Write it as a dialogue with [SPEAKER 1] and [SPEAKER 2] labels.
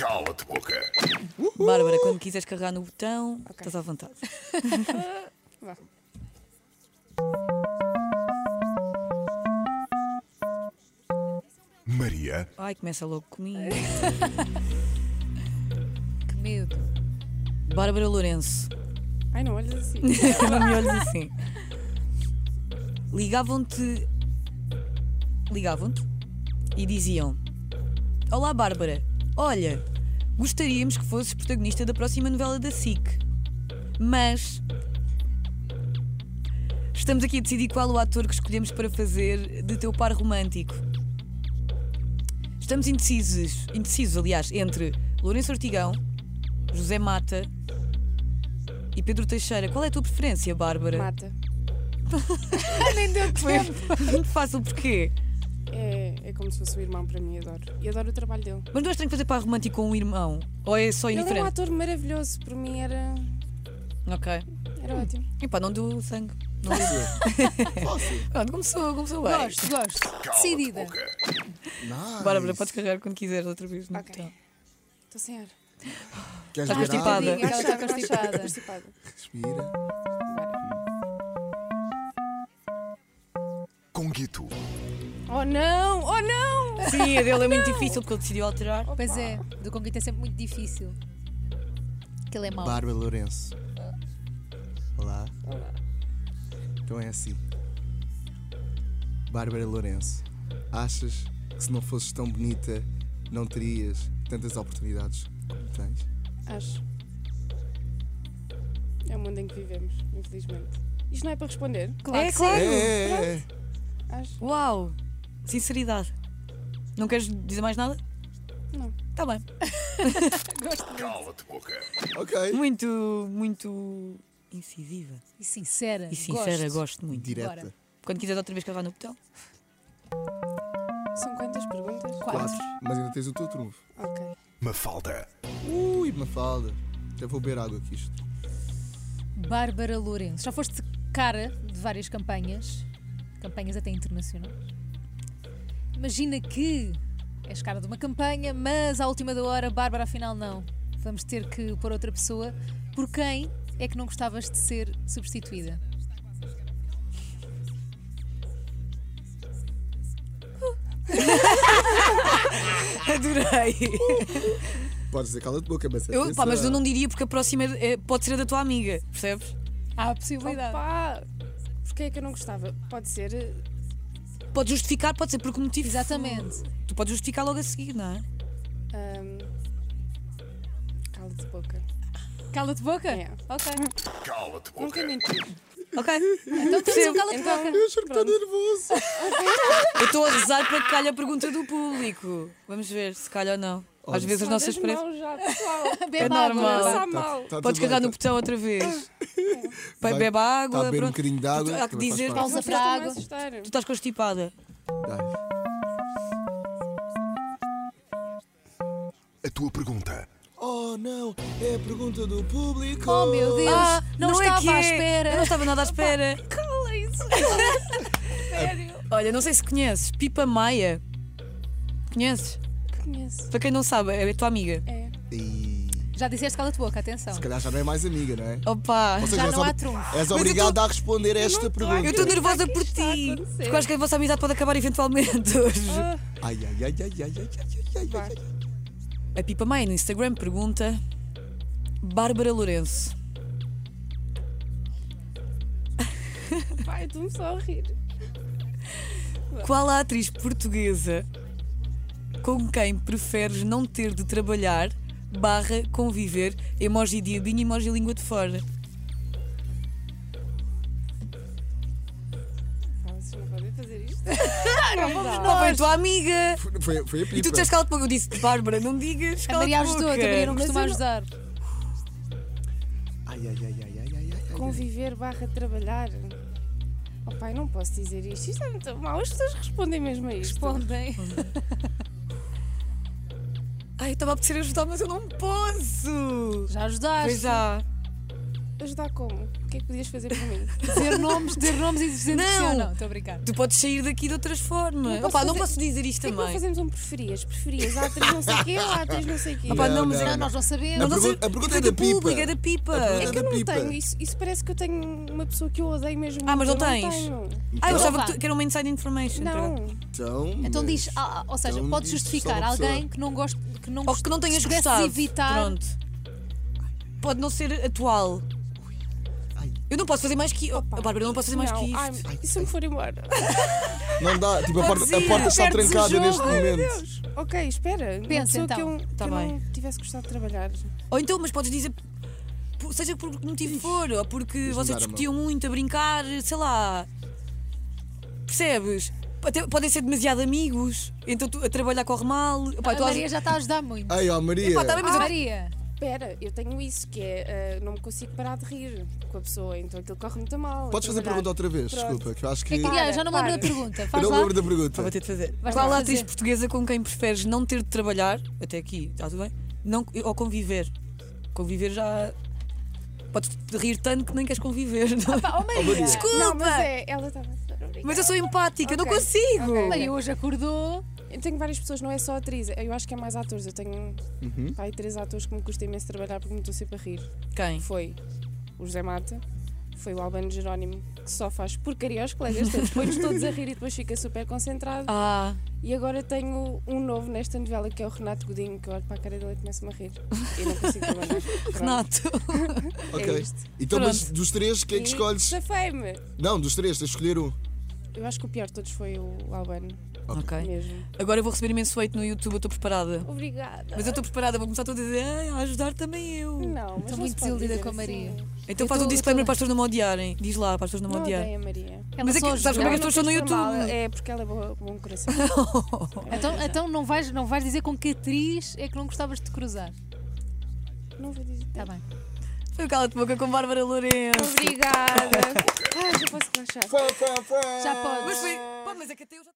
[SPEAKER 1] Cala-te, boca.
[SPEAKER 2] Bárbara,
[SPEAKER 3] Uh!
[SPEAKER 2] quando quiseres carregar no botão, estás à vontade.
[SPEAKER 4] Vá.
[SPEAKER 1] Maria,
[SPEAKER 2] Ai, começa logo comigo.
[SPEAKER 3] Que medo.
[SPEAKER 2] Bárbara Lourenço.
[SPEAKER 4] Ai, não olhas assim.
[SPEAKER 2] Não me olhes assim. Ligavam-te. Ligavam-te e diziam: Olá, Bárbara. Olha, gostaríamos que fosses protagonista da próxima novela da SIC. Mas. Estamos aqui a decidir qual o ator que escolhemos para fazer de teu par romântico. Estamos indecisos, indecisos, aliás, entre Lourenço Ortigão, José Mata e Pedro Teixeira. Qual é a tua preferência, Bárbara?
[SPEAKER 4] Mata.
[SPEAKER 3] Nem deu
[SPEAKER 2] Foi
[SPEAKER 3] tempo.
[SPEAKER 2] muito fácil, porquê?
[SPEAKER 4] É, é como se fosse o irmão para mim, adoro. E adoro o trabalho dele.
[SPEAKER 3] É
[SPEAKER 2] Mas não és tem que fazer para romântico com um irmão? Ou é só
[SPEAKER 4] Ele era um
[SPEAKER 2] indiferente?
[SPEAKER 4] ator maravilhoso, para mim era,
[SPEAKER 2] Ok.
[SPEAKER 4] era ótimo.
[SPEAKER 2] E pá, não deu sangue. Não deu. Pronto, começou, começou bem.
[SPEAKER 3] Gosto, gosto.
[SPEAKER 1] cala-te,
[SPEAKER 3] Decidida.
[SPEAKER 1] boca.
[SPEAKER 2] Bárbara, podes carregar quando quiseres outra vez. no
[SPEAKER 4] Ok.
[SPEAKER 2] botão.
[SPEAKER 4] Estou sem ar.
[SPEAKER 2] Estás
[SPEAKER 5] Queres ver
[SPEAKER 2] constipada.
[SPEAKER 5] água?
[SPEAKER 3] Tadinha, que Ela está constipada.
[SPEAKER 4] constipada.
[SPEAKER 5] Respira.
[SPEAKER 1] Conguito.
[SPEAKER 4] Oh não! Oh não!
[SPEAKER 2] Sim, a dele é muito difícil porque ele decidiu alterar.
[SPEAKER 3] Pois é, do Conguito é sempre muito difícil. Que ele é mau.
[SPEAKER 5] Bárbara Lourenço. Olá. Então é assim. Bárbara Lourenço, achas que se não fosses tão bonita, não terias tantas oportunidades como tens?
[SPEAKER 4] Acho. É o mundo em que vivemos, infelizmente. Isto não é para responder?
[SPEAKER 2] É, claro.
[SPEAKER 5] É, é, é.
[SPEAKER 4] Acho.
[SPEAKER 2] Uau! Sinceridade. Não queres dizer mais nada?
[SPEAKER 4] Não.
[SPEAKER 2] Tá bem.
[SPEAKER 1] Cala-te, boca.
[SPEAKER 5] Ok.
[SPEAKER 2] Muito, muito incisiva.
[SPEAKER 3] E sincera.
[SPEAKER 2] E sincera, gosto, muito.
[SPEAKER 5] Direta.
[SPEAKER 2] Quando quiseres outra vez carregar no botão.
[SPEAKER 4] São quantas perguntas?
[SPEAKER 3] Quatro.
[SPEAKER 5] Mas ainda tens o teu trunfo.
[SPEAKER 4] Ok.
[SPEAKER 1] Mafalda.
[SPEAKER 5] Ui, Mafalda. Até vou beber água aqui isto.
[SPEAKER 3] Bárbara Lourenço. Já foste cara de várias campanhas, campanhas até internacionais. Imagina que és cara de uma campanha, mas à última da hora, Bárbara, afinal não. Vamos ter que pôr outra pessoa. Por quem é que não gostavas de ser substituída?
[SPEAKER 2] Adorei!
[SPEAKER 5] Podes dizer cala-te boca, mas
[SPEAKER 2] Eu, pá, mas eu
[SPEAKER 5] atenção.
[SPEAKER 2] não diria porque a próxima é- é- pode ser a da tua amiga, percebes?
[SPEAKER 3] Há a possibilidade.
[SPEAKER 4] Opa! Porquê é que eu não gostava? Pode ser. eh,
[SPEAKER 2] Pode justificar, pode ser por que motivo.
[SPEAKER 3] Exatamente.
[SPEAKER 2] Tu podes justificar logo a seguir, não é?
[SPEAKER 4] ahm, Cala de boca.
[SPEAKER 3] Cala-te boca?
[SPEAKER 4] É.
[SPEAKER 3] Ok.
[SPEAKER 1] Cala-te,
[SPEAKER 4] Nunca
[SPEAKER 1] boca.
[SPEAKER 4] menti.
[SPEAKER 2] Ok.
[SPEAKER 3] Então temos um cala-te
[SPEAKER 4] Então-
[SPEAKER 3] boca.
[SPEAKER 5] Eu juro que estou nervoso.
[SPEAKER 2] Eu estou a rezar para que calhe a pergunta do público. Vamos ver se calha ou não. Às
[SPEAKER 5] Olha,
[SPEAKER 2] vezes as
[SPEAKER 4] Olha,
[SPEAKER 2] nossas
[SPEAKER 4] as
[SPEAKER 2] parecem.
[SPEAKER 4] mãos já, pessoal.
[SPEAKER 3] Bebe
[SPEAKER 2] É
[SPEAKER 3] água.
[SPEAKER 2] normal.
[SPEAKER 4] Está
[SPEAKER 2] Tá,
[SPEAKER 4] mal.
[SPEAKER 5] Tá- tá
[SPEAKER 2] Podes
[SPEAKER 5] tudo bem,
[SPEAKER 2] carregar no
[SPEAKER 5] tá-
[SPEAKER 2] botão outra vez. Vai,
[SPEAKER 5] Vai-
[SPEAKER 2] bebe água.
[SPEAKER 5] Está a beber um
[SPEAKER 2] pronto.
[SPEAKER 5] bocadinho de água.
[SPEAKER 2] Há que
[SPEAKER 5] também faz
[SPEAKER 2] dizer-
[SPEAKER 5] parte.
[SPEAKER 3] Pausa
[SPEAKER 4] Não
[SPEAKER 3] para
[SPEAKER 4] estás a
[SPEAKER 3] água.
[SPEAKER 4] me assustar.
[SPEAKER 2] Tu estás constipada.
[SPEAKER 5] Dá-lhe.
[SPEAKER 1] A tua pergunta.
[SPEAKER 5] Oh não, é a pergunta do público.
[SPEAKER 3] Oh meu Deus,
[SPEAKER 2] Ah,
[SPEAKER 3] não,
[SPEAKER 2] é
[SPEAKER 3] estava
[SPEAKER 2] que
[SPEAKER 3] à
[SPEAKER 2] é. Eu não
[SPEAKER 3] espera.
[SPEAKER 2] estava nada à espera.
[SPEAKER 3] Cala isso.
[SPEAKER 2] Olha, não sei se conheces. Pipa Maia. Conheces?
[SPEAKER 4] Conheço.
[SPEAKER 2] Para quem não sabe, é a tua amiga.
[SPEAKER 4] É.
[SPEAKER 5] E
[SPEAKER 3] Já disseste cala-te boca, atenção.
[SPEAKER 5] se calhar já não é mais amiga, não é?
[SPEAKER 2] Opa.
[SPEAKER 5] Ou seja,
[SPEAKER 3] Já
[SPEAKER 5] és
[SPEAKER 3] não
[SPEAKER 5] ob-
[SPEAKER 3] há trunfo.
[SPEAKER 5] És
[SPEAKER 2] eu
[SPEAKER 5] obrigada
[SPEAKER 2] tô-
[SPEAKER 5] a responder esta pergunta.
[SPEAKER 2] Eu estou nervosa por
[SPEAKER 4] está a
[SPEAKER 2] ti.
[SPEAKER 4] acontecer?
[SPEAKER 2] Porque eu acho que a vossa amizade pode acabar eventualmente hoje.
[SPEAKER 5] Ai, ai, ai, ai, ai, ai, ai, ai, ai, ai, ai.
[SPEAKER 2] A Pipa Mãe no Instagram pergunta: Bárbara Lourenço,
[SPEAKER 4] Pai, estou-me só a rir.
[SPEAKER 2] qual a atriz portuguesa com quem preferes não ter de trabalhar? Barra conviver, emoji diabinho, emoji língua de fora.
[SPEAKER 4] Pá, Vocês não podem fazer isto. não vamos
[SPEAKER 2] Não, foi a tua amiga!
[SPEAKER 5] Foi- Foi, foi a pipa.
[SPEAKER 2] E tu disseste cala-te boca. Eu disse: Bárbara, não digas.
[SPEAKER 3] A Maria
[SPEAKER 2] cala-te
[SPEAKER 3] ajudou, a
[SPEAKER 2] boca."
[SPEAKER 3] Maria não
[SPEAKER 2] Mas
[SPEAKER 3] costuma
[SPEAKER 2] eu
[SPEAKER 3] ajudar.
[SPEAKER 5] Ai, ai, ai, ai, ai, ai, ai.
[SPEAKER 4] Conviver barra trabalhar. Oh pai, não posso dizer isto. Isto é muito mal. As pessoas respondem mesmo a isto.
[SPEAKER 3] Respondem.
[SPEAKER 2] Ai, eu estava a apetecer ajudar, mas eu não posso!
[SPEAKER 5] é.
[SPEAKER 3] Já ajudaste.
[SPEAKER 2] Pois já.
[SPEAKER 4] Ajudar como? O que é que podias fazer por mim?
[SPEAKER 3] Dizer nomes, dizer nomes e dizer que sim ou
[SPEAKER 2] Não.
[SPEAKER 3] não. Estou a brincar.
[SPEAKER 2] Tu podes sair daqui de outras formas.
[SPEAKER 4] Não posso
[SPEAKER 2] Opa, não
[SPEAKER 4] fazer-
[SPEAKER 2] posso dizer isto
[SPEAKER 4] Por que é que não
[SPEAKER 2] também.
[SPEAKER 4] fazemos um preferias? Preferias a atriz não sei o quê ou a atriz não sei o quê?
[SPEAKER 2] Opa, não, mas
[SPEAKER 5] Não,
[SPEAKER 2] é-
[SPEAKER 3] Ah, nós não sabemos.
[SPEAKER 5] A
[SPEAKER 2] não
[SPEAKER 5] pergun-
[SPEAKER 2] sei-
[SPEAKER 5] a pergunta é
[SPEAKER 2] foi do
[SPEAKER 5] da pipa.
[SPEAKER 2] público, é da pipa.
[SPEAKER 5] A pergunta-
[SPEAKER 4] É que eu não
[SPEAKER 5] Pipa.
[SPEAKER 4] tenho, isso, isso parece que eu tenho uma pessoa que eu odeio mesmo.
[SPEAKER 2] Ah, mas
[SPEAKER 4] muito,
[SPEAKER 2] não
[SPEAKER 4] eu
[SPEAKER 2] tens?
[SPEAKER 4] Não,
[SPEAKER 2] Ah,
[SPEAKER 4] tenho.
[SPEAKER 2] eu
[SPEAKER 3] Então
[SPEAKER 2] achava
[SPEAKER 3] vá.
[SPEAKER 2] que, tu- que era uma inside information.
[SPEAKER 4] não.
[SPEAKER 2] perdão.
[SPEAKER 5] Então,
[SPEAKER 3] Então
[SPEAKER 5] mas-
[SPEAKER 3] diz, ah, ah, ou seja,
[SPEAKER 5] então
[SPEAKER 3] podes
[SPEAKER 5] diz só
[SPEAKER 3] justificar
[SPEAKER 5] uma pessoa.
[SPEAKER 3] alguém que não goste, que não,
[SPEAKER 2] Ou
[SPEAKER 3] gost-
[SPEAKER 2] que não tenhas
[SPEAKER 3] se pudesses
[SPEAKER 2] gostado.
[SPEAKER 3] evitar.
[SPEAKER 2] Pronto. Pode não ser atual.
[SPEAKER 5] Ai.
[SPEAKER 2] Eu não posso fazer mais que. Oh, Bárbara, eu não posso fazer mais
[SPEAKER 4] não.
[SPEAKER 2] que isto.
[SPEAKER 4] Ai, e se eu me for embora?
[SPEAKER 5] Não dá, tipo, a
[SPEAKER 2] Podes
[SPEAKER 5] porta, a
[SPEAKER 2] ir,
[SPEAKER 5] porta está
[SPEAKER 2] perdes o
[SPEAKER 5] trancada
[SPEAKER 2] jogo.
[SPEAKER 5] neste
[SPEAKER 2] Ai,
[SPEAKER 5] momento.
[SPEAKER 4] ok, espera. uma
[SPEAKER 3] Pensa,
[SPEAKER 4] pessoa que
[SPEAKER 3] então.
[SPEAKER 4] eu, que
[SPEAKER 2] Tá
[SPEAKER 4] eu
[SPEAKER 2] bem.
[SPEAKER 4] não tivesse gostado de trabalhar.
[SPEAKER 2] Ou então, mas podes dizer. po- Seja por que motivo for, ou porque
[SPEAKER 5] Deixa-me dar
[SPEAKER 2] vocês
[SPEAKER 5] a mão.
[SPEAKER 2] discutiam muito a brincar, sei lá. Percebes? Até podem ser demasiado amigos, então tu, a trabalhar corre mal. Pá,
[SPEAKER 3] a
[SPEAKER 2] tu às-
[SPEAKER 3] Maria já está a ajudar muito.
[SPEAKER 5] Ai, ó, Maria.
[SPEAKER 2] Epá, tá bem, mas
[SPEAKER 3] Ah,
[SPEAKER 2] eu-
[SPEAKER 3] Maria,
[SPEAKER 4] Espera, eu tenho isso, que é ah, não me consigo parar de rir com a pessoa, então aquilo corre muito mal.
[SPEAKER 5] Podes fazer a pergunta
[SPEAKER 4] trabalhar.
[SPEAKER 5] outra vez,
[SPEAKER 4] Pronto.
[SPEAKER 5] desculpa, que eu acho que.
[SPEAKER 3] é que,
[SPEAKER 5] Eu
[SPEAKER 3] ah, já não me lembro
[SPEAKER 4] para.
[SPEAKER 3] da pergunta. Faz
[SPEAKER 5] não
[SPEAKER 3] lá.
[SPEAKER 5] lembro da pergunta.
[SPEAKER 2] Vou ter de fazer.
[SPEAKER 3] Vais
[SPEAKER 2] Qual
[SPEAKER 3] lá
[SPEAKER 2] a atriz
[SPEAKER 3] fazer.
[SPEAKER 2] portuguesa com quem preferes não ter de trabalhar, até aqui, está tudo bem? Não, ou conviver? Conviver já. Podes te rir tanto que nem queres conviver. não é?
[SPEAKER 3] Pá, oh, Maria.
[SPEAKER 2] Desculpa!
[SPEAKER 4] Não, mas é, ela estava a
[SPEAKER 2] Mas eu sou empática, eu não
[SPEAKER 4] Ok,
[SPEAKER 2] consigo!
[SPEAKER 4] ok.
[SPEAKER 3] Maria hoje acordou.
[SPEAKER 4] Eu tenho várias pessoas, não é só atriz, eu acho que é mais atores. Eu tenho
[SPEAKER 5] Uhum.
[SPEAKER 4] pá, aí três atores que me custa imenso trabalhar porque me estou sempre a rir.
[SPEAKER 2] Quem?
[SPEAKER 4] Foi o José Mata, foi o Albano Jerónimo, que só faz porcaria aos colegas, todos, põe-nos todos a rir e depois fica super concentrado.
[SPEAKER 2] Ah,
[SPEAKER 4] E agora tenho um novo nesta novela que é o Renato Godinho, que eu olho para a cara dele e começo-me a rir. E não consigo trabalhar. Pronto,
[SPEAKER 2] Renato.
[SPEAKER 5] Ok.
[SPEAKER 4] É isto.
[SPEAKER 5] Então, mas dos três, quem é que
[SPEAKER 4] E
[SPEAKER 5] escolhes?
[SPEAKER 4] safei-me.
[SPEAKER 5] Não, dos três, tens de escolher um.
[SPEAKER 4] Eu acho que o pior de todos foi o Albano,
[SPEAKER 2] Ok.
[SPEAKER 4] mesmo.
[SPEAKER 2] Agora eu vou receber imenso hate no YouTube, eu estou preparada.
[SPEAKER 4] Obrigada.
[SPEAKER 2] Mas eu estou preparada, vou começar toda a dizer, "Ai, a ajudar também eu.
[SPEAKER 4] Não, mas
[SPEAKER 3] Estou
[SPEAKER 4] não
[SPEAKER 3] muito
[SPEAKER 4] se pode
[SPEAKER 3] desiludida
[SPEAKER 4] dizer
[SPEAKER 3] com a
[SPEAKER 4] assim.
[SPEAKER 3] Maria.
[SPEAKER 2] Então faz
[SPEAKER 3] Eu tô-
[SPEAKER 2] um
[SPEAKER 3] eu tô-
[SPEAKER 2] disclaimer para as pessoas não me odiarem. Diz lá, para as pessoas não me
[SPEAKER 4] Não
[SPEAKER 2] odiarem.
[SPEAKER 4] odeio a Maria.
[SPEAKER 3] Ela
[SPEAKER 2] Mas é
[SPEAKER 3] só
[SPEAKER 2] que- sabes como é
[SPEAKER 3] ajudou.
[SPEAKER 2] que
[SPEAKER 4] Ela
[SPEAKER 2] as
[SPEAKER 4] não
[SPEAKER 2] pessoas estão no
[SPEAKER 4] fez por mal,
[SPEAKER 2] YouTube?
[SPEAKER 4] É porque ela é boa, bom coração.
[SPEAKER 3] Então, então não, vais, não vais dizer com que atriz é que não gostavas de te cruzar.
[SPEAKER 4] Não vou dizer.
[SPEAKER 3] Está bem.
[SPEAKER 2] Foi o Cala de Boca com Bárbara Lourenço.
[SPEAKER 4] Obrigada. Ai, já Ah, posso relaxar.
[SPEAKER 5] Fã, fã, fã.
[SPEAKER 3] Já podes.
[SPEAKER 2] Mas foi. Pá, mas é que até eu já.